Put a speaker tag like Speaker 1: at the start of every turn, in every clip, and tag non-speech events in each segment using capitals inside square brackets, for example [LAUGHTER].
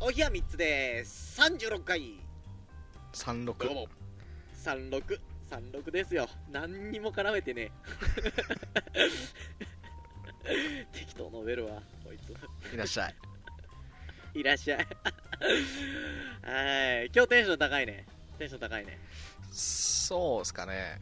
Speaker 1: の日は3つです36回
Speaker 2: 36
Speaker 1: どうも3636ですよ何にも絡めてね [LAUGHS] 適当述べるわこいつ
Speaker 2: いらっしゃい
Speaker 1: いらっしゃいはい今日テンション高いねテンション高いね [LAUGHS]
Speaker 2: そうっすかね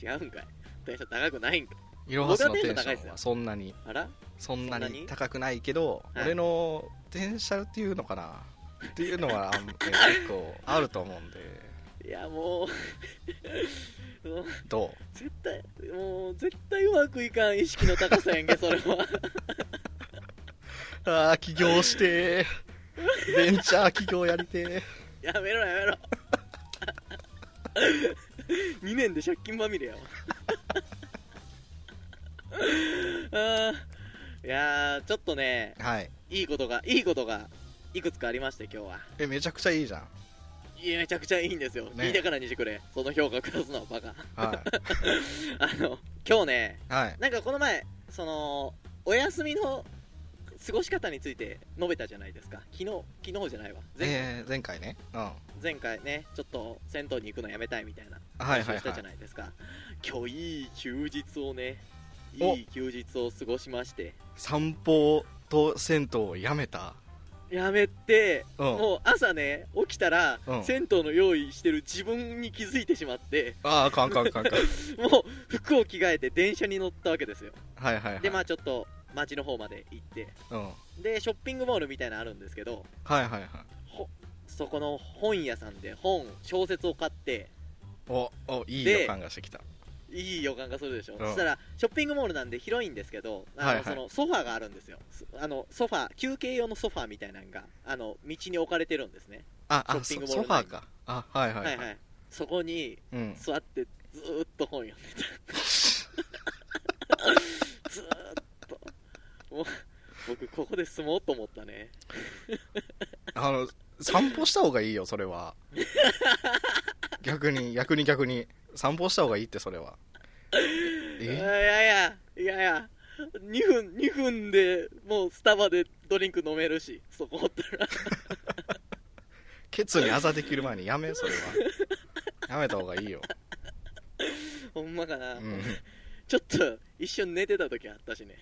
Speaker 1: 違うんかいテンション高くないんかい
Speaker 2: いろはすの
Speaker 1: 僕は
Speaker 2: テ
Speaker 1: テンション
Speaker 2: ンシ
Speaker 1: 高いっす
Speaker 2: ョン
Speaker 1: よ
Speaker 2: はそんなに
Speaker 1: あら
Speaker 2: そんな
Speaker 1: そんな
Speaker 2: に
Speaker 1: に
Speaker 2: 高くないけど、
Speaker 1: はい
Speaker 2: 俺のテンシャルっていうのかなっていうのはあんえ結構あると思うんで
Speaker 1: いやもう [LAUGHS] もう
Speaker 2: ど
Speaker 1: 絶対もう絶対うまくいかん意識の高さやんけそれは
Speaker 2: うああ起業してーベンチャー起業やりてー
Speaker 1: やめろやめろ2年で借金まみれやわあーいやーちょっとね
Speaker 2: はい
Speaker 1: いいことがいいことがいくつかありまして今日は
Speaker 2: えめちゃくちゃいいじゃん
Speaker 1: いやめちゃくちゃいいんですよ、
Speaker 2: ね
Speaker 1: いいだからにしてくれその評価下すのはバカ
Speaker 2: は
Speaker 1: あの今日ね
Speaker 2: い、はい、
Speaker 1: なんかこの前そのお休みの過ごし方について述べたじゃないですか昨日昨日じゃないわ [LAUGHS] 前,、
Speaker 2: えー前回ねうんは
Speaker 1: 前回ねちょっと銭湯に行くのやめたいみたいない
Speaker 2: はい
Speaker 1: 話
Speaker 2: は
Speaker 1: を
Speaker 2: い
Speaker 1: したじゃないですか、今日いい休日をね
Speaker 2: お
Speaker 1: いい休日を過ごしまして
Speaker 2: 散歩と銭湯をやめた
Speaker 1: やめて、
Speaker 2: うん
Speaker 1: もう朝ね起きたら、
Speaker 2: うん
Speaker 1: 銭湯の用意してる自分に気づいてしまって
Speaker 2: あああかんあかんあかんあかん
Speaker 1: もう服を着替えて電車に乗ったわけですよ
Speaker 2: はいはいはい
Speaker 1: でまあちょっと街の方まで行って
Speaker 2: うんはい
Speaker 1: でショッピングモールみたいなのあるんですけど
Speaker 2: はいはい
Speaker 1: ほそこの本屋さんで本小説を買って
Speaker 2: おおいい
Speaker 1: で
Speaker 2: 予感がしてきた
Speaker 1: いい予感がするでしょ、
Speaker 2: ん
Speaker 1: そしたらショッピングモールなんで広いんですけどあの、
Speaker 2: はいはい
Speaker 1: そのソファーがあるんですよそあのソファー休憩用のソファーみたいなのがあの道に置かれてるんですね、
Speaker 2: ああ
Speaker 1: ショッピング
Speaker 2: そソ
Speaker 1: モー
Speaker 2: フ
Speaker 1: ル
Speaker 2: ァーかあはいはい
Speaker 1: は
Speaker 2: はいい、
Speaker 1: はいそこに
Speaker 2: うん
Speaker 1: 座ってずーっと本読んで
Speaker 2: [LAUGHS]
Speaker 1: たずーっともう僕ここで住もうと思ったね
Speaker 2: あの散歩した方がいいよそれは
Speaker 1: [LAUGHS]
Speaker 2: 逆に逆に逆に散歩した方がいいってそれは
Speaker 1: あい
Speaker 2: え
Speaker 1: やいやいやいや2分2分でもうスタバでドリンク飲めるしそこおったら
Speaker 2: ケツにあざできる前にやめそれはやめた方がいいよ、
Speaker 1: ほんまかな、
Speaker 2: うん
Speaker 1: ちょっと一瞬寝てた時あったしね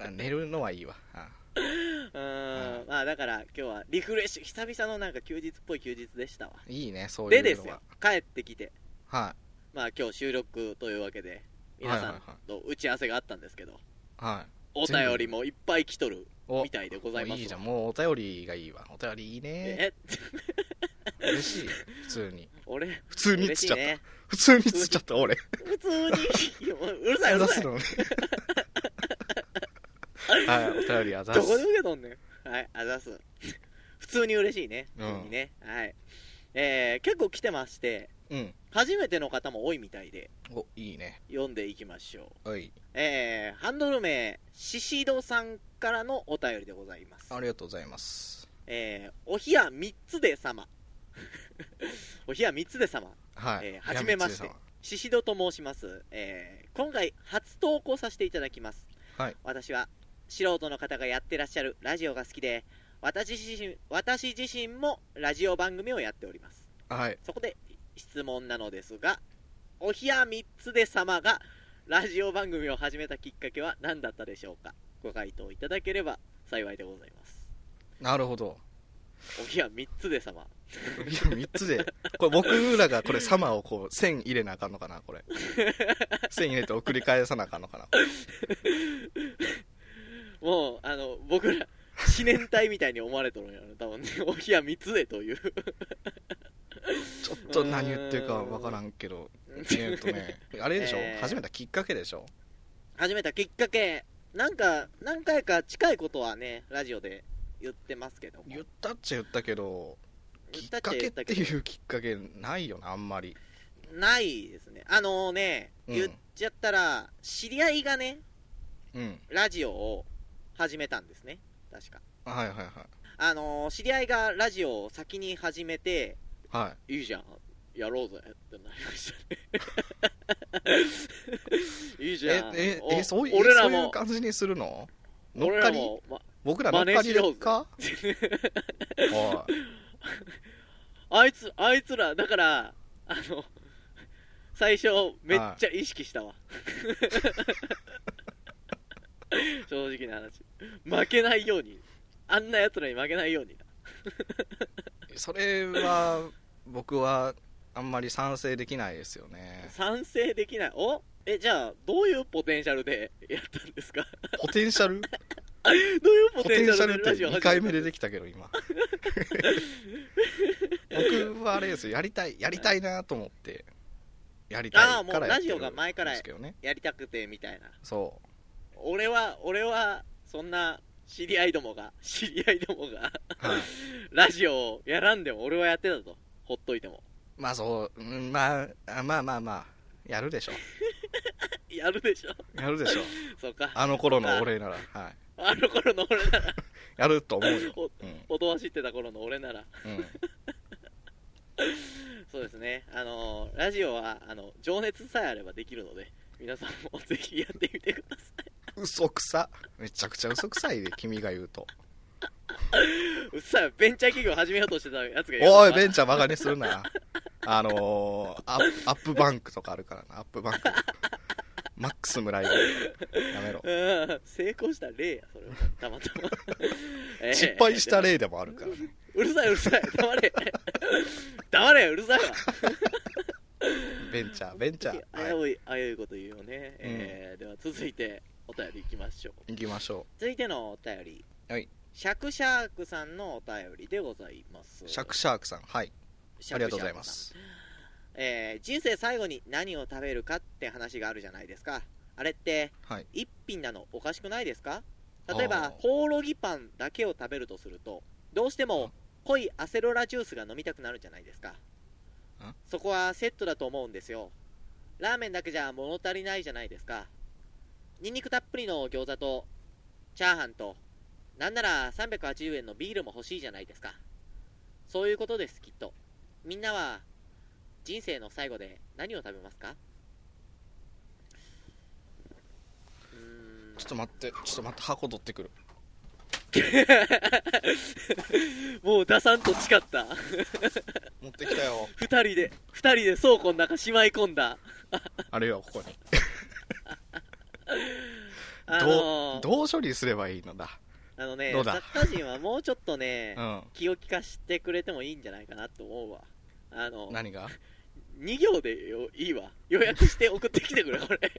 Speaker 2: あ、寝るのはいいわあ
Speaker 1: うーん、まあだから今日はリフレッシュ久々のなんか休日っぽい休日でしたわ
Speaker 2: いいねそうい
Speaker 1: で
Speaker 2: うのは
Speaker 1: ですよ帰ってきて
Speaker 2: は
Speaker 1: まあ今日収録というわけで皆さんと打ち合わせがあったんですけど、
Speaker 2: いはい
Speaker 1: お便りもいっぱい来とる
Speaker 2: お
Speaker 1: みたいでございますわ
Speaker 2: いいじゃんもうお便りがいいわお便りいいね
Speaker 1: え
Speaker 2: 嬉しい普通に
Speaker 1: [LAUGHS] 俺
Speaker 2: 普通にっ
Speaker 1: 嬉
Speaker 2: つ
Speaker 1: し
Speaker 2: っち
Speaker 1: い
Speaker 2: ゃった、
Speaker 1: ね
Speaker 2: 普通にっつっちゃった俺
Speaker 1: 普通に [LAUGHS] いやもううるさいう
Speaker 2: あ
Speaker 1: る
Speaker 2: ざ
Speaker 1: さい
Speaker 2: す
Speaker 1: ど
Speaker 2: のね [LAUGHS] はいお便りあざす
Speaker 1: こで受けとんねんはいあざす普通に嬉しいね
Speaker 2: う
Speaker 1: 普
Speaker 2: ん
Speaker 1: 通にね、はいえー、結構来てまして
Speaker 2: うん
Speaker 1: 初めての方も多いみたいで
Speaker 2: おいいね
Speaker 1: 読んでいきましょう
Speaker 2: おい
Speaker 1: えーハンドル名、シシドさんからのお便りでございます。
Speaker 2: ありがとうございます
Speaker 1: えーお冷や三つで様。 [LAUGHS] お冷や三つで様。
Speaker 2: はい、
Speaker 1: えー初めまして
Speaker 2: やみつ
Speaker 1: シシドと申します。えー今回、初投稿させていただきます。
Speaker 2: はい
Speaker 1: 私は、素人の方がやってらっしゃるラジオが好きで、私自身、私自身もラジオ番組をやっております。
Speaker 2: さんはい
Speaker 1: そこで質問なのですが、おひや三つで様がラジオ番組を始めたきっかけは何だったでしょうかご回答いただければ幸いでございます。
Speaker 2: なるほど
Speaker 1: おひや三つで様。
Speaker 2: いや3つでこれ僕らがこれサマーをこう線入れなあかんのかなこれ線入れて送り返さなあかんのかな
Speaker 1: もう、あの、僕ら、四年隊みたいに思われとるんやろ、多分ね。おひや三つでという。
Speaker 2: ちょっと何言ってるかわからんけどえっとねあれでしょ、
Speaker 1: えー
Speaker 2: 始めたきっかけでしょ
Speaker 1: 始めたきっかけ、なんか、何回か近いことはね、ラジオで言ってますけども。
Speaker 2: 言ったっちゃ言ったけどき
Speaker 1: 言
Speaker 2: っ
Speaker 1: った
Speaker 2: か
Speaker 1: ちゃ
Speaker 2: け
Speaker 1: 言
Speaker 2: っ
Speaker 1: った
Speaker 2: て
Speaker 1: けど
Speaker 2: いうきっかけないよなあんまり
Speaker 1: ないですね。あのね、
Speaker 2: うん
Speaker 1: 言っちゃったら、知り合いがね、
Speaker 2: うん
Speaker 1: ラジオを始めたんですね、確か。
Speaker 2: はいはいはい
Speaker 1: あのー知り合いがラジオを先に始めて、
Speaker 2: はい
Speaker 1: いいじゃん、やろうぜってなりましたね。いいじ [LAUGHS]
Speaker 2: え
Speaker 1: ゃん。
Speaker 2: え
Speaker 1: お
Speaker 2: えそういう
Speaker 1: 俺
Speaker 2: そ
Speaker 1: ら
Speaker 2: ういう
Speaker 1: も、
Speaker 2: 感じにするの乗っ
Speaker 1: 俺
Speaker 2: からり
Speaker 1: も、ま
Speaker 2: 僕ら乗っかりですか [LAUGHS] おい
Speaker 1: あいつ、あいつら、だから、あの、最初、めっちゃ意識したわ。 [LAUGHS] 正直な話。負けないように。あんな奴らに負けないように。
Speaker 2: それは僕はあんまり賛成できないですよ
Speaker 1: [LAUGHS]
Speaker 2: ね
Speaker 1: 賛成できない。おえ、じゃあ、どういうポテンシャルで [LAUGHS] やったんですか
Speaker 2: ポテンシャル
Speaker 1: どういうポ
Speaker 2: ポ
Speaker 1: テ
Speaker 2: テ
Speaker 1: ン
Speaker 2: ン
Speaker 1: シ
Speaker 2: シ
Speaker 1: ャ
Speaker 2: ャ
Speaker 1: ルで
Speaker 2: ルっ
Speaker 1: ラ
Speaker 2: て
Speaker 1: ジオ
Speaker 2: 2
Speaker 1: 始めた
Speaker 2: 回
Speaker 1: ん
Speaker 2: 目
Speaker 1: で
Speaker 2: ですできたけど今僕はあれですよやりたいやりたいなと思ってやりた
Speaker 1: あー
Speaker 2: い
Speaker 1: も
Speaker 2: か
Speaker 1: う
Speaker 2: ら
Speaker 1: ラ
Speaker 2: やっ
Speaker 1: ジ
Speaker 2: て
Speaker 1: オ
Speaker 2: る
Speaker 1: が前から
Speaker 2: んですけどね
Speaker 1: やりたくて、みたいな。
Speaker 2: そ
Speaker 1: 俺は、俺は、そんな、知り合いどもが、 [LAUGHS] 知り合いどもが、 [LAUGHS]
Speaker 2: う、はい、
Speaker 1: ラジオをやらんでも俺はやってたと。ほっといても。
Speaker 2: まあそううんまああまあまあまあやるでしょ
Speaker 1: やるでしょ。 [LAUGHS]
Speaker 2: やるでしょ
Speaker 1: そうか。
Speaker 2: あの頃の俺なら、はい、
Speaker 1: あの頃の俺なら、
Speaker 2: やる [LAUGHS] と思
Speaker 1: [LAUGHS]
Speaker 2: うよ、
Speaker 1: お
Speaker 2: うん
Speaker 1: おとわしってた頃の俺なら、
Speaker 2: うん、
Speaker 1: そうですね、あのーラジオはあの情熱さえあればできるので、皆さんもぜひやってみてくださ
Speaker 2: 嘘くさめちゃくちゃ嘘くさ
Speaker 1: [LAUGHS]
Speaker 2: いで君が言うと
Speaker 1: い。うっさい、ベンチャー企業始めようとしてたやつが
Speaker 2: おいベ
Speaker 1: ン
Speaker 2: ンチャーバカにするなあのー、アップアップバンクとかあるからなアッ
Speaker 1: [LAUGHS]
Speaker 2: プバンクマックス村井やめろ
Speaker 1: うん、成功した例や、それは、たまた
Speaker 2: [LAUGHS]
Speaker 1: ま。えー
Speaker 2: 失敗した例でもあるからね
Speaker 1: うるさい、うるさい、黙れ。黙れ、うるさいわ。
Speaker 2: ベンチャーベンチャ
Speaker 1: 危
Speaker 2: ーは
Speaker 1: うい、危ういこと言うよね。えーでは続いて、お便りいきましょう。
Speaker 2: い行きましょ
Speaker 1: 続いてのお便り、
Speaker 2: はい
Speaker 1: シャクシャークさんのお便りでございます
Speaker 2: うシャクシャークさんはい
Speaker 1: シ
Speaker 2: あ
Speaker 1: ャ
Speaker 2: り
Speaker 1: クシャークさん
Speaker 2: がとうございます
Speaker 1: えー人生最後に何を食べるかって話があるじゃないですかあれって
Speaker 2: はい
Speaker 1: 一品なのおかしくないですか例えば
Speaker 2: あー
Speaker 1: ほうろぎパンだけを食べるとするとどうしても濃いアセロラジュースが飲みたくなるじゃないですかそこはセットだと思うんですよラーメンだけじゃ物足りないじゃないですかニンニクたっぷりの餃子とチャーハンとなんなら380円のビールも欲しいじゃないですかそういうことですきっとみんなは人生の最後で何を食べますかうーん
Speaker 2: ちょっと待ってちょっと待って箱取ってくる
Speaker 1: もう出さんと誓った
Speaker 2: 持ってき
Speaker 1: [LAUGHS]
Speaker 2: たよ
Speaker 1: 2人で2人で倉庫の中しまい込んだ
Speaker 2: あるよここに
Speaker 1: あ
Speaker 2: ど
Speaker 1: の
Speaker 2: うどう処理すればいいのだ
Speaker 1: あのね
Speaker 2: どうだ
Speaker 1: 作家人はもうちょっとね、
Speaker 2: うん
Speaker 1: 気を利かしてくれてもいいんじゃないかなと思うわあの
Speaker 2: 何が
Speaker 1: 2行でよいいわ予約して送ってきてくれこ [LAUGHS] れ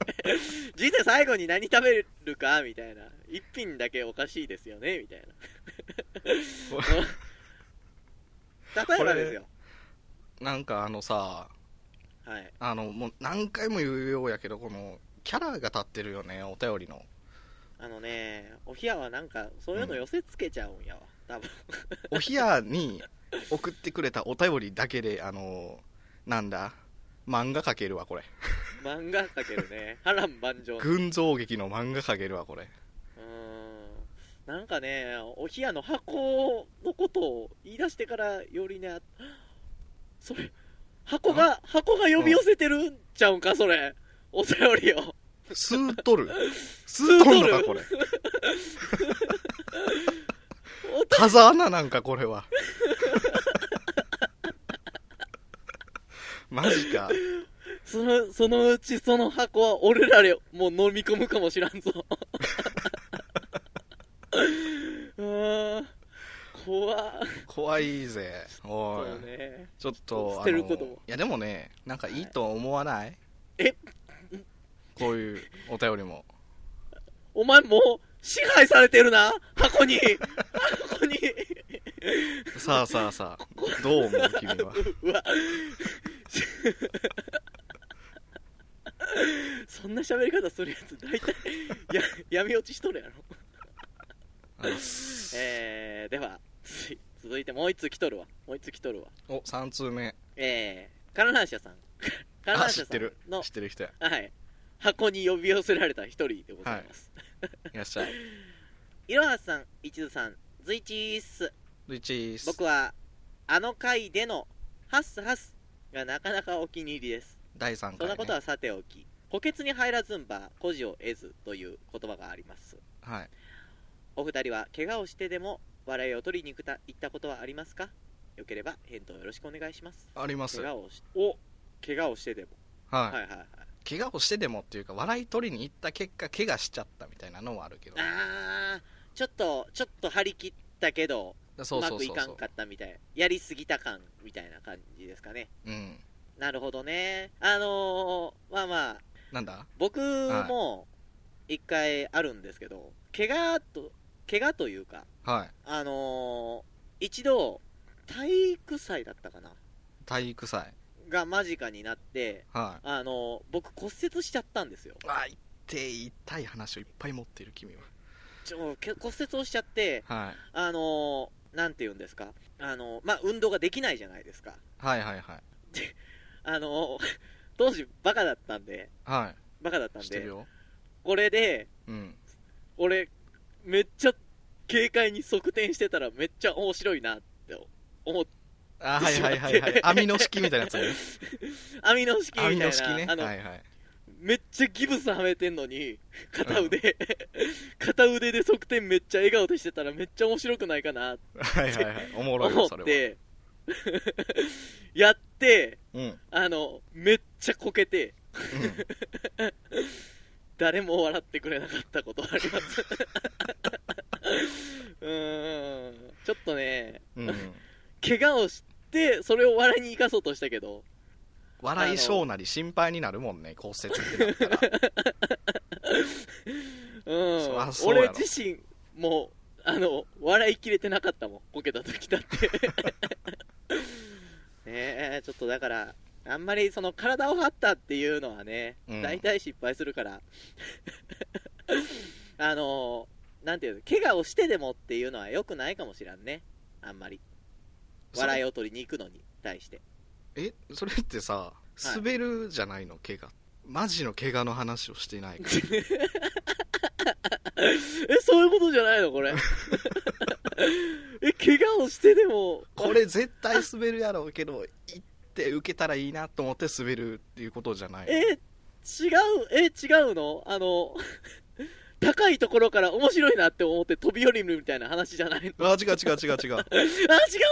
Speaker 1: 人生最後に何食べるかみたいな一品だけおかしいですよねみたいな例えばですよ
Speaker 2: なんかあのさ
Speaker 1: はい
Speaker 2: あのもう何回も言うようやけどこのキャラが立ってるよねお便りの
Speaker 1: あのねおひやはなんかそういうの寄せつけちゃうんやわ、多分
Speaker 2: おひやに送ってくれたお便りだけであのなんだ漫画描けるわこれ
Speaker 1: 漫画かけるね波乱万丈の
Speaker 2: 群像劇の漫画描けるわこれ
Speaker 1: うーんなんかね、お冷やの箱のことを言い出してからよりね、それ、箱が、箱が呼び寄せてるんちゃうんか、それ。お便りを。
Speaker 2: スーっとるスーっとるの
Speaker 1: 吸う
Speaker 2: か
Speaker 1: と
Speaker 2: これ
Speaker 1: おた
Speaker 2: 風穴なんかこ
Speaker 1: [LAUGHS]
Speaker 2: れはマジか
Speaker 1: その、そのうちその箱は俺らでもう飲み込むかもしらん [LAUGHS] ぞ。うーん。怖っ
Speaker 2: 怖いぜお
Speaker 1: そう
Speaker 2: い、
Speaker 1: ね。
Speaker 2: ちょっと
Speaker 1: 捨てることも
Speaker 2: あのいやでもねなんかいいと思わない、
Speaker 1: え
Speaker 2: こういうお便り
Speaker 1: [LAUGHS]
Speaker 2: も
Speaker 1: お前もう支配されてるな箱 [LAUGHS] に箱に
Speaker 2: さあさあさあどう思う君
Speaker 1: [LAUGHS]
Speaker 2: は
Speaker 1: うわそんな喋り方するやつ大体や [LAUGHS] 闇落ちしとるやろ、 [LAUGHS] えー、ではつい続いてもう一通来とるわもう一通来とるわ
Speaker 2: お3通目
Speaker 1: えー、観覧車さん観
Speaker 2: あ
Speaker 1: 覧
Speaker 2: 知
Speaker 1: 車
Speaker 2: っ
Speaker 1: さ
Speaker 2: て
Speaker 1: ん
Speaker 2: る
Speaker 1: の
Speaker 2: 知ってる人や
Speaker 1: はい箱に呼び寄せられた一人でございます、
Speaker 2: いらっしゃい
Speaker 1: いろはさん一途さんずいちーっす
Speaker 2: ルイチース
Speaker 1: 僕はあの回でのハッスハッスがなかなかお気に入りです
Speaker 2: 第3回、ね、
Speaker 1: そんなことはさておき、補欠に入らずんば、孤児を得ずという言葉があります。
Speaker 2: はい
Speaker 1: お二人は怪我をしてでも笑いを取りに行くた行ったことはありますかよければ返答よろしくお願いします
Speaker 2: あります
Speaker 1: 怪我をしお怪我をしてでも、はい、
Speaker 2: は
Speaker 1: はいいはいはい
Speaker 2: 怪我をしてでもっていうか笑い取りに行った結果怪我しちゃったみたいなのはあるけど
Speaker 1: あーちょっとちょっと張り切ったけど
Speaker 2: そうそう
Speaker 1: まくい
Speaker 2: そう
Speaker 1: か
Speaker 2: そうん
Speaker 1: かったみたいやりすぎた感みたいな感じですかね
Speaker 2: うん
Speaker 1: なるほどねあのーまあまあ
Speaker 2: なんだ
Speaker 1: 僕も一回あるんですけど、怪我と怪我というか
Speaker 2: はい
Speaker 1: あのー一度体育祭だったかな
Speaker 2: 体育祭
Speaker 1: が間近になって
Speaker 2: はい
Speaker 1: あのー僕骨折しちゃったんですよ
Speaker 2: あ痛い痛い話をいっぱい持っている君は
Speaker 1: ちょけ骨折をしちゃって
Speaker 2: はい
Speaker 1: あのーなんて言うんですかあのーまあ運動ができないじゃないですか
Speaker 2: はいはいはい
Speaker 1: あのー [LAUGHS] 当時バカだったんで
Speaker 2: は
Speaker 1: バカだった
Speaker 2: い
Speaker 1: ん
Speaker 2: 知ってる
Speaker 1: で
Speaker 2: よ
Speaker 1: これで [LAUGHS]
Speaker 2: うん
Speaker 1: 俺めっちゃ軽快に側転してたらめっちゃ面白いなって思っ
Speaker 2: あはいはいはいはい網の式みたいなや
Speaker 1: [LAUGHS]
Speaker 2: つね
Speaker 1: 網の式みたい
Speaker 2: 網
Speaker 1: な
Speaker 2: の式ね
Speaker 1: あ
Speaker 2: はい
Speaker 1: の、
Speaker 2: はい
Speaker 1: めっちゃギブスはめてんのに片腕、 [LAUGHS] 片腕で側転めっちゃ笑顔でしてたらめっちゃ面白くないかなって
Speaker 2: はいはいはいおもろい
Speaker 1: 思
Speaker 2: よ
Speaker 1: っ
Speaker 2: それは
Speaker 1: てやって
Speaker 2: うんうん
Speaker 1: あのめっちゃこけて誰も笑ってくれなかったことあります [LAUGHS] うーんちょっとね
Speaker 2: うんうん
Speaker 1: 怪我をしてそれを笑いに生かそうとしたけど
Speaker 2: 笑いそうなり心配になるもんね骨折ってなったら
Speaker 1: [LAUGHS] うん
Speaker 2: そらそうや
Speaker 1: 俺
Speaker 2: ろ
Speaker 1: 自身もあの笑いきれてなかったもんこけた時だって
Speaker 2: [LAUGHS]
Speaker 1: ねえちょっとだからあんまりその体を張ったっていうのはね、
Speaker 2: うん
Speaker 1: 大体失敗するから [LAUGHS] あのなんていうの怪我をしてでもっていうのはよくないかもしらんねあんまり笑いを取りに行くのに対して
Speaker 2: えそれってさ滑るじゃないの、怪我マジの怪我の話をして
Speaker 1: [LAUGHS]
Speaker 2: ないから
Speaker 1: えそういうことじゃないのこれ [LAUGHS] え怪我をしてでも
Speaker 2: これ絶対滑るやろうけど行って受けたらいいなと思って滑るっていうことじゃない
Speaker 1: えー違うえー違うのあの高いところから面白いなって思って飛び降りるみたいな話じゃないの
Speaker 2: あ違う違う違う違う
Speaker 1: あ違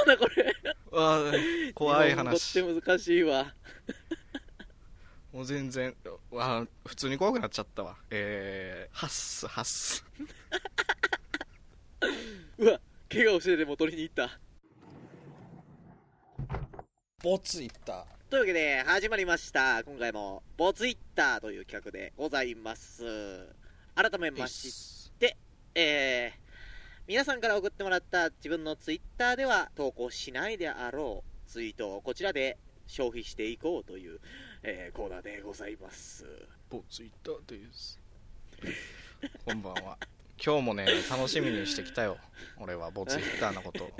Speaker 1: うなこれ
Speaker 2: あ怖い
Speaker 1: 日
Speaker 2: 話
Speaker 1: 本語って難しいわ
Speaker 2: もう全然あ普通に怖くなっちゃったわえー、ハッスハッス
Speaker 1: うわ怪我をしてでも取りに行った
Speaker 2: ボツいった
Speaker 1: というわけで始まりました今回も「ボツイッター」という企画でございます改めましてえー皆さんから送ってもらった自分のツイッターでは投稿しないであろうツイートをこちらで消費していこうという、えーコーナーでございます。
Speaker 2: ボツいったですこんばんは今日もね楽しみにしてきたよ俺はボツイッターのことを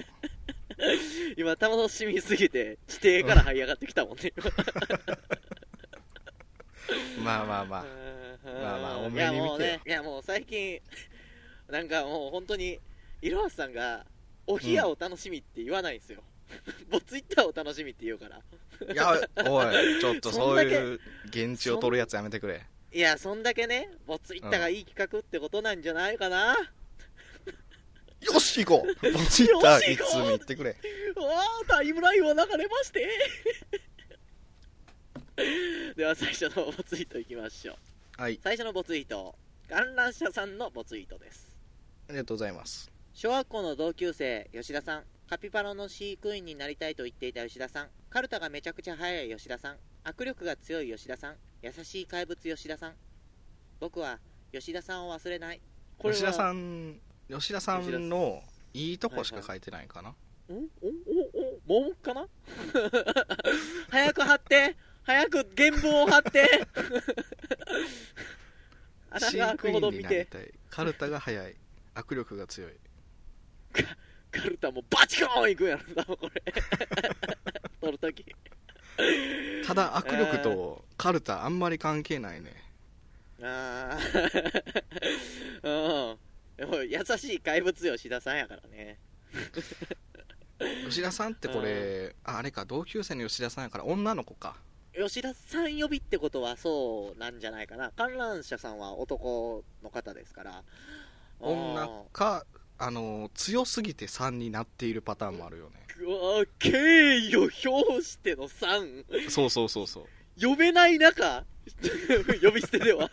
Speaker 1: 今、楽しみすぎて、地底から這い上がってきたもんね。
Speaker 2: まあまあまあまあまあお目に見てよ
Speaker 1: いやもうね、いやもう最近、なんかもう本当に、いろはさんが、お冷やを楽しみって言わないんですよ。もうツイッターを楽しみって言うから。
Speaker 2: いや、おい、ちょっとそういう現地を取るやつやめてくれ。
Speaker 1: いや、そんだけね、ボツイッターがいい企画ってことなんじゃないかな。
Speaker 2: よし、行こうポチったい
Speaker 1: よし行こ
Speaker 2: つ
Speaker 1: う
Speaker 2: に行ってくれ。
Speaker 1: わあタイムラインは流れまして [LAUGHS] では最初のボツイートいきましょう
Speaker 2: はい、
Speaker 1: 最初のボツイート観覧車さんのボツイートです
Speaker 2: ありがとうございます。
Speaker 1: 小学校の同級生吉田さんカピバラの飼育員になりたいと言っていた吉田さんカルタがめちゃくちゃ速い吉田さん握力が強い吉田さん優しい怪物吉田さん僕は吉田さんを忘れないこれは
Speaker 2: 吉田さん、吉田さんのいいとこしか書いてないかな。
Speaker 1: んおおおもうかな早く貼って早く原文を貼って
Speaker 2: 飼
Speaker 1: 穴が開
Speaker 2: 育
Speaker 1: く
Speaker 2: 員
Speaker 1: ほど
Speaker 2: に
Speaker 1: 見
Speaker 2: なり
Speaker 1: て
Speaker 2: たい。カルタが速い。握力が強い。
Speaker 1: カルタもバチコーンいくやろ多分これ撮るとき
Speaker 2: ただ、握力とカルタあんまり関係ないね。
Speaker 1: ああうんでも優しい怪物吉田さんやからね
Speaker 2: 吉田さんってこれ、ああれか、同級生の吉田さんやから女の子か。
Speaker 1: 吉田さん呼びってことはそうなんじゃないかな観覧車さんは男の方ですから
Speaker 2: 女
Speaker 1: うん
Speaker 2: か、あの強すぎて3になっているパターンもあるよね
Speaker 1: わ敬意を表しての3
Speaker 2: そうそうそうそう
Speaker 1: 呼べない中 [LAUGHS] 呼び捨てでは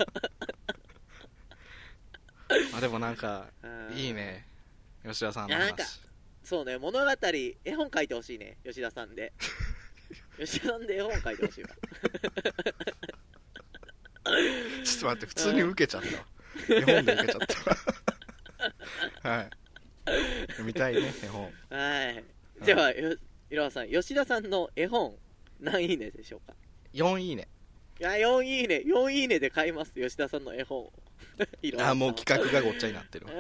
Speaker 2: あでもなんか [LAUGHS] いいね吉田さんの
Speaker 1: いやなんか
Speaker 2: 話
Speaker 1: そうね物語絵本書いてほしいね吉田さん
Speaker 2: [LAUGHS]
Speaker 1: で吉田さんで絵本書いてほしいわ
Speaker 2: ちょっと待って普通に受けちゃった絵本で受けちゃった [LAUGHS] はい見たいね絵本
Speaker 1: はいではよいろはさん吉田さんの絵本何いいねでしょうか
Speaker 2: 4いいね
Speaker 1: いや4いいね4いいねで買います吉田さんの絵本をいろはさん
Speaker 2: あもう企画がごっちゃになってるわ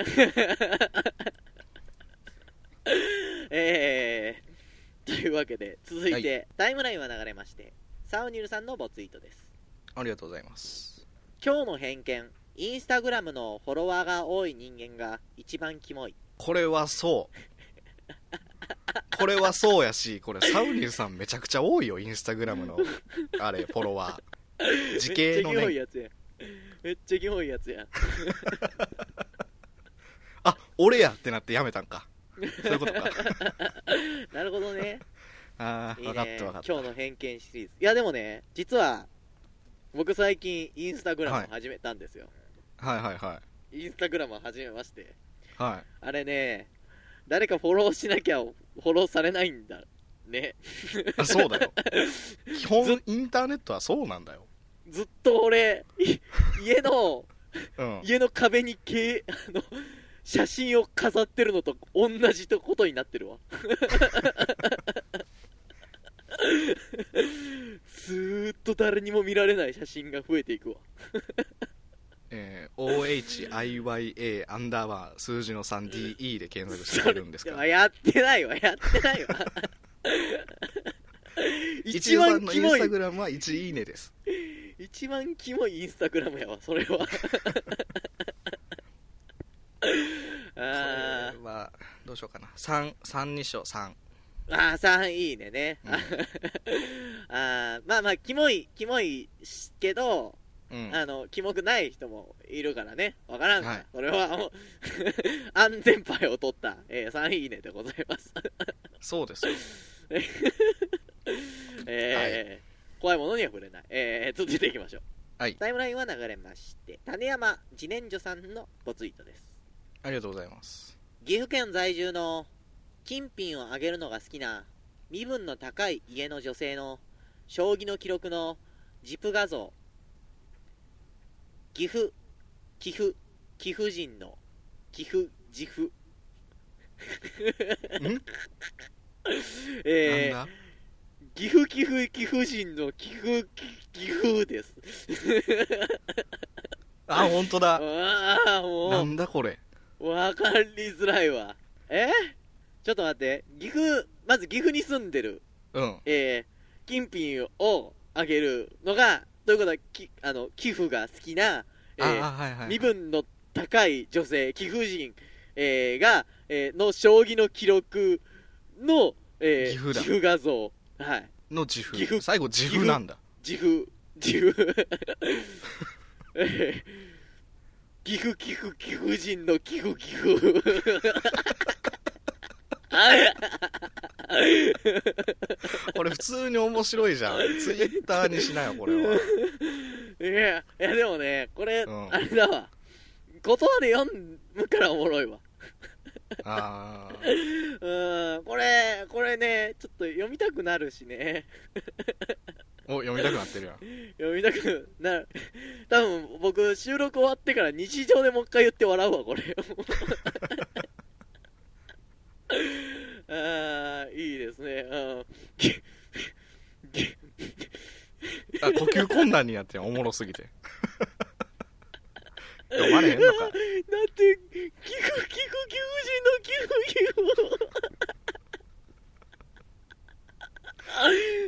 Speaker 1: [LAUGHS] えー、というわけで続いて、タイムラインは流れましてサウニルさんのボツイートです
Speaker 2: ありがとうございます
Speaker 1: 今日の偏見インスタグラムのフォロワーが多い人間が一番キモい
Speaker 2: これはそうこれはそうやしこれサウリンさんめちゃくちゃ多いよインスタグラムのあれフォロワー時系の
Speaker 1: めっちゃキモい
Speaker 2: ね
Speaker 1: やつやんめっちゃキモいやつやん
Speaker 2: あ俺やってなってやめたんかそういうことか
Speaker 1: なるほど
Speaker 2: [LAUGHS]
Speaker 1: ね
Speaker 2: ああ
Speaker 1: いい
Speaker 2: 分
Speaker 1: ね
Speaker 2: かった分かった
Speaker 1: 今日の偏見シリーズいやでもね実は僕最近インスタグラムを始めたんですよ、
Speaker 2: はいはいはい
Speaker 1: インスタグラムを始めまして
Speaker 2: はい
Speaker 1: あれね誰かフォローしなきゃフォローされないんだね
Speaker 2: あそうだよ基本インターネットはそうなんだよ
Speaker 1: ずっと俺い家の
Speaker 2: うん
Speaker 1: 家の壁にけあの写真を飾ってるのと同じとことになってる
Speaker 2: [LAUGHS]
Speaker 1: わずーっと誰にも見られない写真が増えていくわ
Speaker 2: えー OHIYA アンダーバー数字の 3DE で検索しているんです
Speaker 1: い
Speaker 2: か
Speaker 1: ややってないわやってないわ
Speaker 2: [LAUGHS]
Speaker 1: 一番
Speaker 2: の
Speaker 1: キ
Speaker 2: イン
Speaker 1: モ
Speaker 2: ス
Speaker 1: い
Speaker 2: タグラムは1いいねです
Speaker 1: 一番キモいインスタグラムやわそれ
Speaker 2: [LAUGHS]
Speaker 1: は
Speaker 2: これ
Speaker 1: あー
Speaker 2: はどうしようかな33にしよう3
Speaker 1: あー3いいねね、
Speaker 2: う
Speaker 1: [LAUGHS] あーまあまあキモいキモいしけど、
Speaker 2: うん
Speaker 1: あのキモくない人もいるからねわからんが、
Speaker 2: はい
Speaker 1: それは [LAUGHS] もう安全牌を取った、えー、3いいねでございます、 [LAUGHS]
Speaker 2: そうですよ
Speaker 1: えー怖いものには触れない、えー、続いていきましょう、
Speaker 2: はい
Speaker 1: タイムラインは流れまして種山自然薯さんのごツイートです
Speaker 2: ありがとうございます
Speaker 1: 岐阜県在住の金品をあげるのが好きな身分の高い家の女性の将棋の記録のジプ画像岐阜寄付寄付人の寄付自負
Speaker 2: ん、
Speaker 1: え
Speaker 2: なんだ
Speaker 1: ー、岐阜寄付寄付人の寄付寄付です
Speaker 2: あ本当だ
Speaker 1: ああ
Speaker 2: な
Speaker 1: も
Speaker 2: んだこれ
Speaker 1: うわかりづらいわえちょっと待って岐阜まず岐阜に住んでる
Speaker 2: うん
Speaker 1: えー、金品をあげるのが、ということは、きあの寄付が好きな、え
Speaker 2: あ
Speaker 1: ー
Speaker 2: あはいはい
Speaker 1: 身分の高い女性、貴婦人、えーが、えーの将棋の記録の、えー
Speaker 2: 岐阜だ
Speaker 1: 画像、はい、
Speaker 2: の自負
Speaker 1: 岐阜
Speaker 2: 最後自負なんだ
Speaker 1: 自負、自
Speaker 2: [LAUGHS]
Speaker 1: 負、えー岐阜、岐阜、貴婦人の寄付、寄付。あれ
Speaker 2: これ普通に面白いじゃんツイッターにしなよこれ
Speaker 1: [LAUGHS]
Speaker 2: はい
Speaker 1: や、いやでもね、これ、
Speaker 2: うん
Speaker 1: あれだわ。言葉で読むからおもろいわ。 [LAUGHS]
Speaker 2: あー
Speaker 1: うーん、これ、これね、ちょっと読みたくなるしね。 [LAUGHS]
Speaker 2: お読みたくなってるやん
Speaker 1: 読みたくなる。 [LAUGHS] 多分僕、収録終わってから日常でもう一回言って笑うわ、これ。 [LAUGHS] あーいいですね。うん。ぎぎ
Speaker 2: あ呼吸困難になってんおもろすぎて読まれへんのか
Speaker 1: [LAUGHS] だって、キフキフキフ人のキフキ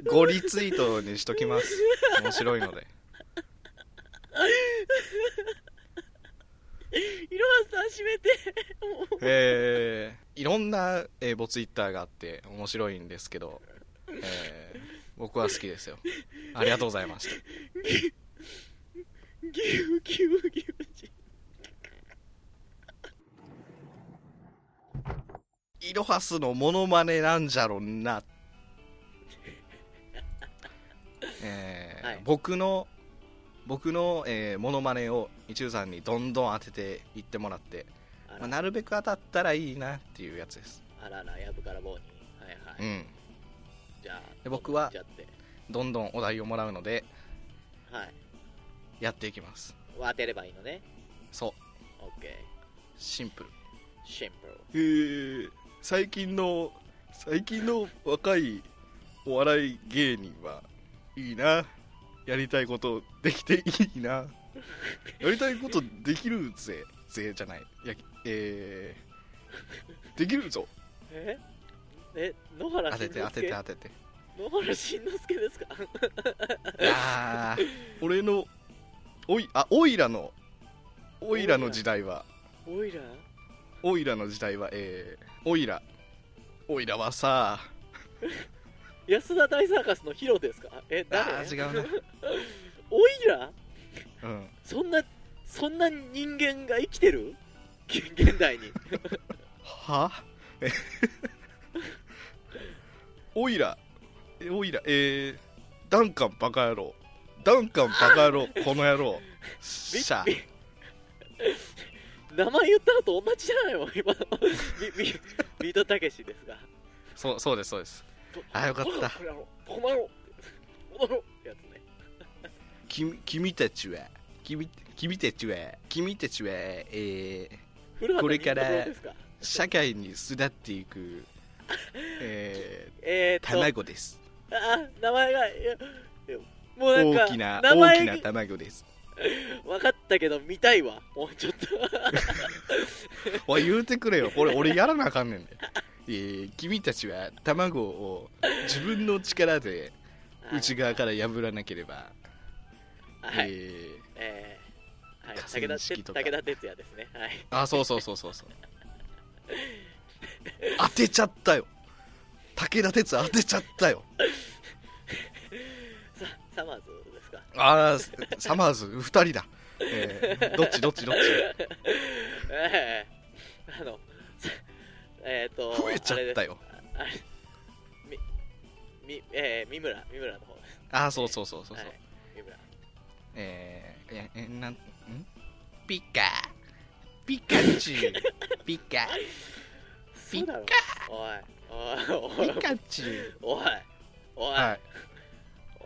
Speaker 1: フ。
Speaker 2: ごリツイートにしときます面白いので
Speaker 1: いろはさん閉めても
Speaker 2: えーいろんな、えー、ボツイッターがあって面白いんですけど、えー僕は好きですよありがとうございました
Speaker 1: うギフギフギフ
Speaker 2: イロハスのモノマネなんじゃろんなえー
Speaker 1: はい
Speaker 2: 僕の僕の、えー、モノマネを一中さんにどんどん当てていってもらって、
Speaker 1: あ
Speaker 2: まあ
Speaker 1: ら
Speaker 2: なるべく当たったらいいなっていうやつです、
Speaker 1: あららやぶから棒にはいはい、
Speaker 2: うん
Speaker 1: じゃあ
Speaker 2: で僕は
Speaker 1: ちょっとやっ
Speaker 2: どんどんお題をもらうので
Speaker 1: ちゃってはい
Speaker 2: やっていきます
Speaker 1: 当てればいいのね
Speaker 2: そう
Speaker 1: OK
Speaker 2: シンプル
Speaker 1: シンプル
Speaker 2: えー最近の最近の若いお笑い芸人はいいなやりたいことできていい [LAUGHS] なやりたいことできるぜぜじゃないやえーできるぞ
Speaker 1: ええ野
Speaker 2: 当
Speaker 1: 原
Speaker 2: て
Speaker 1: 慎
Speaker 2: て
Speaker 1: 之
Speaker 2: 当てて
Speaker 1: 介
Speaker 2: 当てて
Speaker 1: 野原慎之介ですか [LAUGHS]
Speaker 2: あー俺のおいあオイラのオイラの時代は
Speaker 1: おいら
Speaker 2: オイラの時代はえー、オイラオイラはさ
Speaker 1: 安田大サーカスのヒロですかえ誰
Speaker 2: あー違うな
Speaker 1: おいら
Speaker 2: うん
Speaker 1: そんなそんな人間が生きてる現現代に
Speaker 2: は [LAUGHS] えオイラえオイラえー、ダンカンバカ野郎ダンカンバカ野 [LAUGHS] 郎この野郎しゃ
Speaker 1: び名前言ったのと同じじゃないもん今のビビビートたけしですが
Speaker 2: そうそうですそうですあよかった
Speaker 1: これやろこまろこまろってやつね
Speaker 2: 君君たちは君君たちは君たちはえー、
Speaker 1: 古畑
Speaker 2: これから
Speaker 1: 任三郎ですか
Speaker 2: 社会に巣立っていくえ
Speaker 1: え
Speaker 2: [LAUGHS] ー、
Speaker 1: ー、っと
Speaker 2: 卵です
Speaker 1: あ名前がいやいやもうなんか
Speaker 2: 大きな
Speaker 1: 名
Speaker 2: 大き
Speaker 1: 前
Speaker 2: な卵です
Speaker 1: 分かったけど見たいわもうちょっと
Speaker 2: おい言うてくれよこれ俺やらなあかんねんで、えー、君たちは卵を自分の力で内側から破らなければ、
Speaker 1: はい、
Speaker 2: えー
Speaker 1: えーはい、
Speaker 2: 河
Speaker 1: 武田
Speaker 2: 川敷
Speaker 1: 哲
Speaker 2: とか
Speaker 1: 武田鉄矢ですねはい
Speaker 2: あそうそうそうそうそう当てちゃったよ武田鉄矢当てちゃったよ
Speaker 1: さサマーズですか
Speaker 2: ああサマーズ2人だ、えーどっちどっちどっち
Speaker 1: ええ [LAUGHS] あのさえっ、と
Speaker 2: 増えちゃった
Speaker 1: よ
Speaker 2: よ
Speaker 1: あれみみえー、三村三村の方です
Speaker 2: ああそうそうそうそうそう、
Speaker 1: はい三村
Speaker 2: えー、ええなんんピカピカ
Speaker 1: [LAUGHS]
Speaker 2: チュウピカピカ
Speaker 1: そうだろおいおい
Speaker 2: ピカチュウ
Speaker 1: おいおいおい、
Speaker 2: はい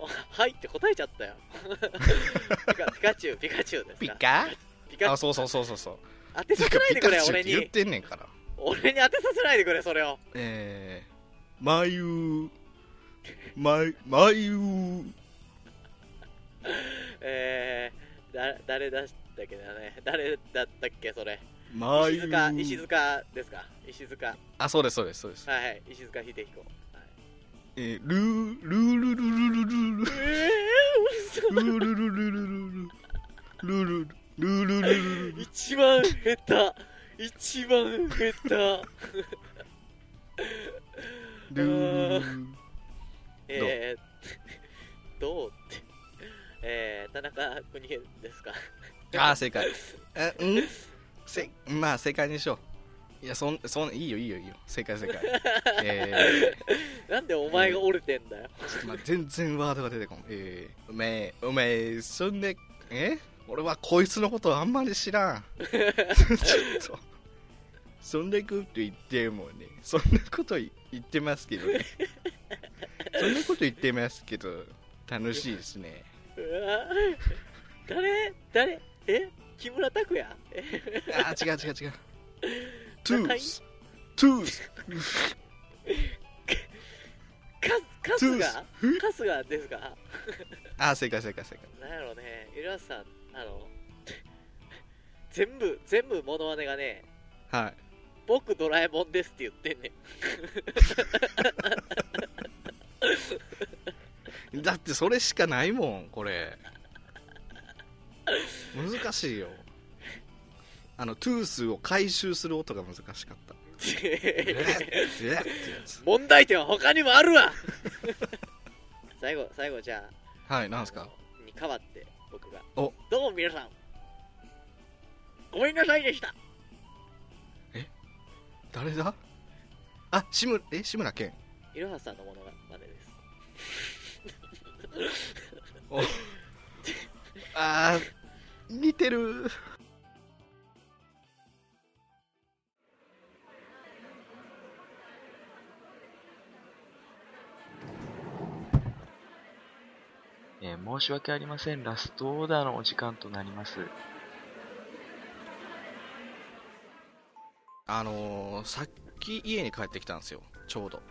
Speaker 1: おはいって答えちゃ
Speaker 2: [LAUGHS]
Speaker 1: ったよピカピカチュウピカチュウですか
Speaker 2: ピカ
Speaker 1: ピカ
Speaker 2: あそうそうそうそうそう
Speaker 1: 当てさせない
Speaker 2: ピ
Speaker 1: で
Speaker 2: カ
Speaker 1: く
Speaker 2: チ
Speaker 1: れ
Speaker 2: ュウっ
Speaker 1: 俺
Speaker 2: て言っ
Speaker 1: に
Speaker 2: てんねんから
Speaker 1: 俺に当てさせないでくれそれを
Speaker 2: えー、まゆまゆまゆ
Speaker 1: えー、だ誰だったっけだね誰だったっけそれ
Speaker 2: ま
Speaker 1: 石塚
Speaker 2: ゆ
Speaker 1: 石塚ですか石塚は
Speaker 2: あそうですそうですそうです、
Speaker 1: いはい石塚秀彦、はい、
Speaker 2: えー、ルールールルルルルル
Speaker 1: ええ
Speaker 2: ルールルルルルルルルルルルルル
Speaker 1: 嘘一番下手一番下手
Speaker 2: ルー
Speaker 1: えー、どうってえー、田中邦衛ですか
Speaker 2: ああ正解えうんせまあ正解にしよういやそんそんいいよいいよいいよ正解正解え
Speaker 1: なんでお前が折れてんだよ
Speaker 2: ー、ちょっと待って全然ワードが出てこんえー、おめえおめえそんでえ俺はこいつのことあんまり知らんちょっとそんなこと言ってもねそんなこと言ってますけどねそんなこと言ってますけど楽しいですね
Speaker 1: うわー誰誰え木村拓哉え
Speaker 2: あー違う違う違うトゥーストゥース
Speaker 1: か
Speaker 2: トゥ
Speaker 1: 春
Speaker 2: ー
Speaker 1: 日
Speaker 2: ス
Speaker 1: 春日ですか
Speaker 2: あー正解正解正解
Speaker 1: なんやろうね、エルアスさん、あの、全部、全部モノマネがね、
Speaker 2: はい
Speaker 1: 僕ドラえもんですって言ってんねん。
Speaker 2: だってそれしかないもんこれ難しいよあのトゥースを回収する音が難しかったえっえっってやつ
Speaker 1: [LAUGHS] 問題点は他にもある
Speaker 2: [LAUGHS]
Speaker 1: わ最後、最後じゃあ、
Speaker 2: はいなんすか
Speaker 1: あのに代わって、僕が。
Speaker 2: お
Speaker 1: どうも皆さん。ごめんなさいでした。
Speaker 2: 誰だあ志村え志村けん
Speaker 1: いろはさんのものまねです
Speaker 2: あー似てる
Speaker 3: えー申し訳ありません。ラストオーダーのお時間となります。
Speaker 2: あのー、さっき家に帰ってきたんですよちょうど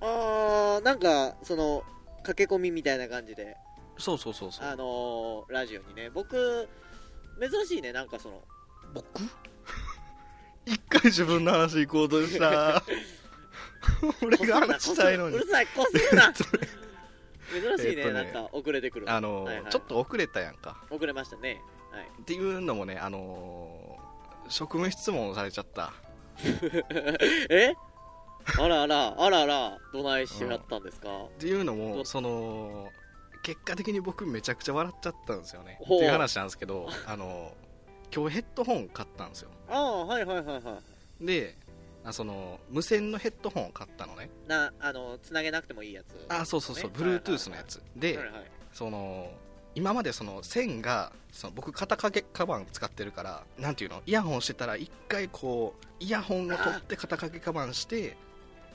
Speaker 1: あーなんかその駆け込みみたいな感じで
Speaker 2: そうそうそうそう
Speaker 1: あのー、ラジオにね僕珍しいねなんかその
Speaker 2: 僕 [LAUGHS] 一回自分の話行こうとした俺が話したいのに
Speaker 1: こすんなこすんうるさいこす [LAUGHS] んな珍しい
Speaker 2: [LAUGHS]
Speaker 1: ね,、
Speaker 2: えっとね
Speaker 1: なんか遅れてくる
Speaker 2: あのー
Speaker 1: はいはい
Speaker 2: ちょっと遅れたやんか
Speaker 1: 遅れましたねはい
Speaker 2: っていうのもねあのー職務質問をされちゃった
Speaker 1: [LAUGHS] えあらあらあらあらどないしやったんですか、
Speaker 2: っていうの
Speaker 1: ど
Speaker 2: もその結果的に僕めちゃくちゃ笑っちゃったんですよねって
Speaker 1: ほう
Speaker 2: いう話なんですけどあの今日ヘッドホン買ったんですよ
Speaker 1: ああはいはいはいは
Speaker 2: であその無線のヘッドホンを買ったのね
Speaker 1: いなあのつなげなくてもいいやつ
Speaker 2: あそうそうそう
Speaker 1: ねはいはいはい
Speaker 2: Bluetooth のやつ
Speaker 1: は
Speaker 2: で
Speaker 1: いはい
Speaker 2: その今までその線がその僕肩掛けカバン使ってるからなんていうのイヤホンしてたら一回こうイヤホンを取って肩掛けカバンして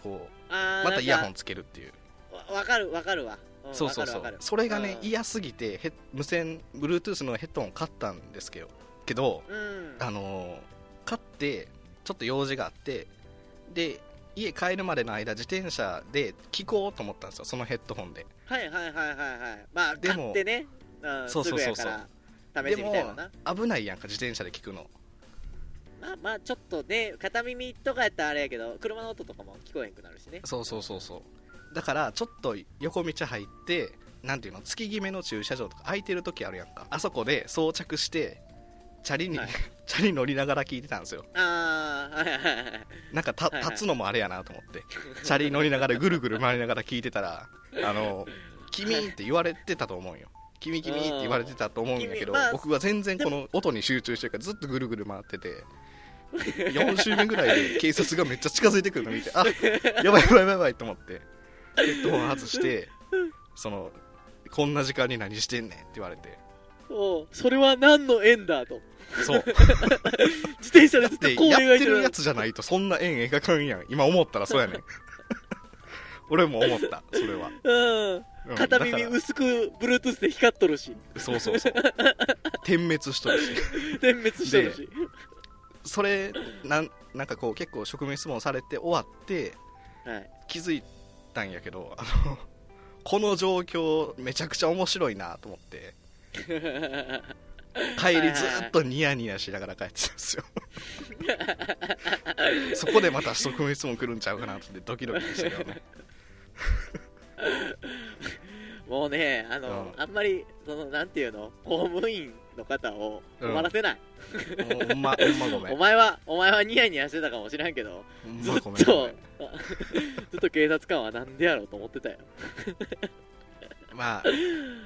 Speaker 2: こう
Speaker 1: あー
Speaker 2: またイヤホ
Speaker 1: なん
Speaker 2: ンつけるっていう
Speaker 1: かわわかるわかるわ、ん
Speaker 2: そうそ
Speaker 1: わか
Speaker 2: うそう
Speaker 1: るわかる
Speaker 2: それがね
Speaker 1: うん
Speaker 2: 嫌すぎてヘッ無線 Bluetooth のヘッドホンを買ったんですけどけど
Speaker 1: うん
Speaker 2: あのー買ってちょっと用事があってで家帰るまでの間自転車で聞こうと思ったんですよそのヘッドホンで
Speaker 1: はいはいはいはいはいまあ
Speaker 2: でも
Speaker 1: 買ってね、うん、
Speaker 2: そうそうそう
Speaker 1: す
Speaker 2: そう
Speaker 1: ぐやから試してみたいわな
Speaker 2: 危ないやんか自転車で聞くの
Speaker 1: まあまあちょっとね片耳とかやったらあれやけど車の音とかも聞こえんくなるしね
Speaker 2: そうそうそうそうだからちょっと横道入ってなんていうの月決めの駐車場とか空いてる時あるやんかあそこで装着してチャリに、
Speaker 1: はい
Speaker 2: [LAUGHS] チャリ乗りながら聞いてたんですよ
Speaker 1: ああはいはいはいはい
Speaker 2: なんかた
Speaker 1: はいはい
Speaker 2: 立つのもあれやなと思って、チャリ乗りながらぐるぐる回りながら聞いてたら「あの君」って言われてたと思うんよ「君君」って言われてたと思うんだけど、
Speaker 1: 君まあ
Speaker 2: 僕は全然この音に集中してるからずっとぐるぐる回ってて4周目ぐらいで警察がめっちゃ近づいてくるの見て「あやばいやばいやばいやばい」と思ってヘッドホン外してその「こんな時間に何してんねん」って言われて
Speaker 1: おうそれは何の縁だと
Speaker 2: そう
Speaker 1: 自転車でずっと
Speaker 2: で
Speaker 1: こう
Speaker 2: や
Speaker 1: 描
Speaker 2: っ
Speaker 1: い
Speaker 2: て
Speaker 1: て
Speaker 2: る
Speaker 1: る
Speaker 2: やつじゃないとそんな円描かんやん今思ったらそうやねん [LAUGHS] 俺も思ったそれは、
Speaker 1: うん
Speaker 2: うん
Speaker 1: 片
Speaker 2: だ
Speaker 1: 耳
Speaker 2: から
Speaker 1: 薄く Bluetooth で光っとる
Speaker 2: [LAUGHS]
Speaker 1: し
Speaker 2: そうそうそう点滅しとるし
Speaker 1: 点滅しとるし
Speaker 2: それなんなんかこう結構職務質問されて終わって
Speaker 1: はい
Speaker 2: 気づいたんやけどあのこの状況めちゃくちゃ面白いなと思って帰りずっとニヤニヤしながら帰ってたんです
Speaker 1: [LAUGHS]
Speaker 2: よそこでまた職務質問来るんちゃうかなってドキドキでしたけどね
Speaker 1: もうねあの、
Speaker 2: うん
Speaker 1: あんまりそのなんていうの公務員の方を困らせない、
Speaker 2: もうほんまほんまごめん
Speaker 1: お前はお前はニヤニヤしてたかもしれんけど
Speaker 2: ほん
Speaker 1: ず
Speaker 2: ま
Speaker 1: っと、
Speaker 2: ごめんごめん
Speaker 1: [LAUGHS] ずっと警察官はなんでやろうと思ってたよ
Speaker 2: まあ、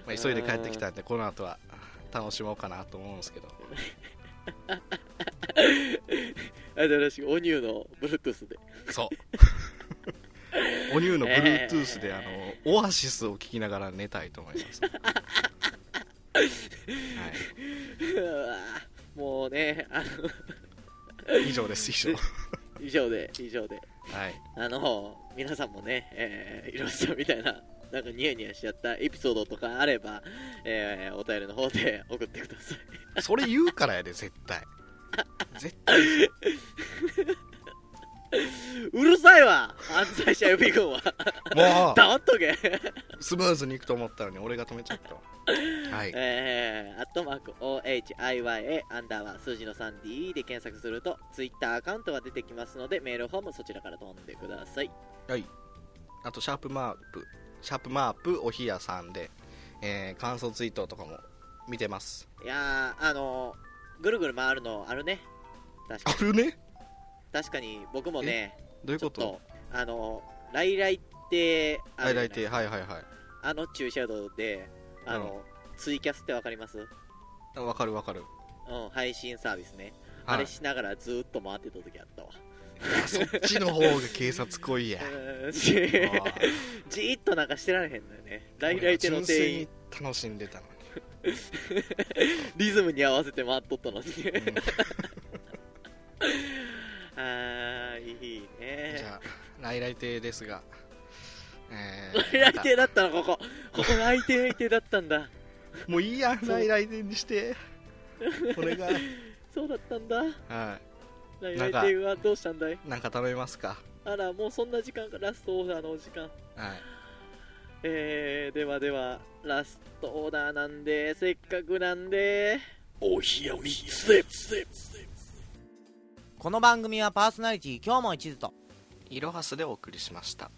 Speaker 2: まあ急いで帰ってきたんでこの後は楽しもうかなと思うんですけど
Speaker 1: あれらしくお乳の Bluetooth で
Speaker 2: そう [LAUGHS] お乳の Bluetooth で、
Speaker 1: え
Speaker 2: あのオアシスを聞きながら寝たいと思います、はい、
Speaker 1: うわぁもうねあの
Speaker 2: 以上です以上
Speaker 1: 以上で以上で
Speaker 2: はい
Speaker 1: あの皆さんもね、えー、いろさんみたいな、なんかニヤニヤしちゃったエピソードとかあれば、えーお便りの方で [LAUGHS] 送ってください。
Speaker 2: それ言うからやで絶対絶対
Speaker 1: うるさいわ犯罪者予備軍は
Speaker 2: もう
Speaker 1: 黙っとけ
Speaker 2: スムーズにいくと思ったのに俺が止めちゃったわはい
Speaker 1: えー、アットマーク OHIYA アンダーは数字の 3D で検索すると、Twitter アカウントが出てきますので、メールフォームそちらから飛んでください。
Speaker 2: はいあとシャープマープシャープマープおひやさんで、えー感想ツイートとかも見てます
Speaker 1: いやー、あのぐるぐる回るのあるね。確か
Speaker 2: あ
Speaker 1: に、
Speaker 2: るね
Speaker 1: 確かに僕もね、
Speaker 2: どういう
Speaker 1: ちょ
Speaker 2: こ
Speaker 1: っ
Speaker 2: と
Speaker 1: と、あの来来ってあ
Speaker 2: はい
Speaker 1: るじゃな
Speaker 2: はいいはいはいはい
Speaker 1: あの駐車道で、あの、ツイキャスってわかります
Speaker 2: あわかるわかる
Speaker 1: うん、配信サービスね。あ
Speaker 2: は
Speaker 1: れ
Speaker 2: い
Speaker 1: しながらずーっと回ってた時あったわ。
Speaker 2: あそっちの方が警察
Speaker 1: [LAUGHS]
Speaker 2: 来いや
Speaker 1: うんじ [LAUGHS] じーっとなんかしてられへんのよね大々手の
Speaker 2: 純粋
Speaker 1: 店
Speaker 2: に
Speaker 1: 員
Speaker 2: 楽しんでたのに
Speaker 1: リズムに合わせて回っとったのに
Speaker 2: うん
Speaker 1: [LAUGHS] あーいいね
Speaker 2: じゃあ、来来亭ですが、えー
Speaker 1: 来亭だったのここここ来亭来亭だったんだ
Speaker 2: またもういいや、
Speaker 1: う
Speaker 2: 来来亭にして、お願い。
Speaker 1: そうだったんだ
Speaker 2: は
Speaker 1: 来
Speaker 2: なん
Speaker 1: 来
Speaker 2: か
Speaker 1: 亭はどうしたんだい
Speaker 2: い、なんか食べますか。
Speaker 1: あらもうそんな時間かラストオーダーのお時間
Speaker 2: はい、
Speaker 1: えー、ではではラストオーダーなんでせっかくなんでおひやみせ
Speaker 4: この番組はパーソナリティ今日も一途と
Speaker 2: いろはすでお送りしました。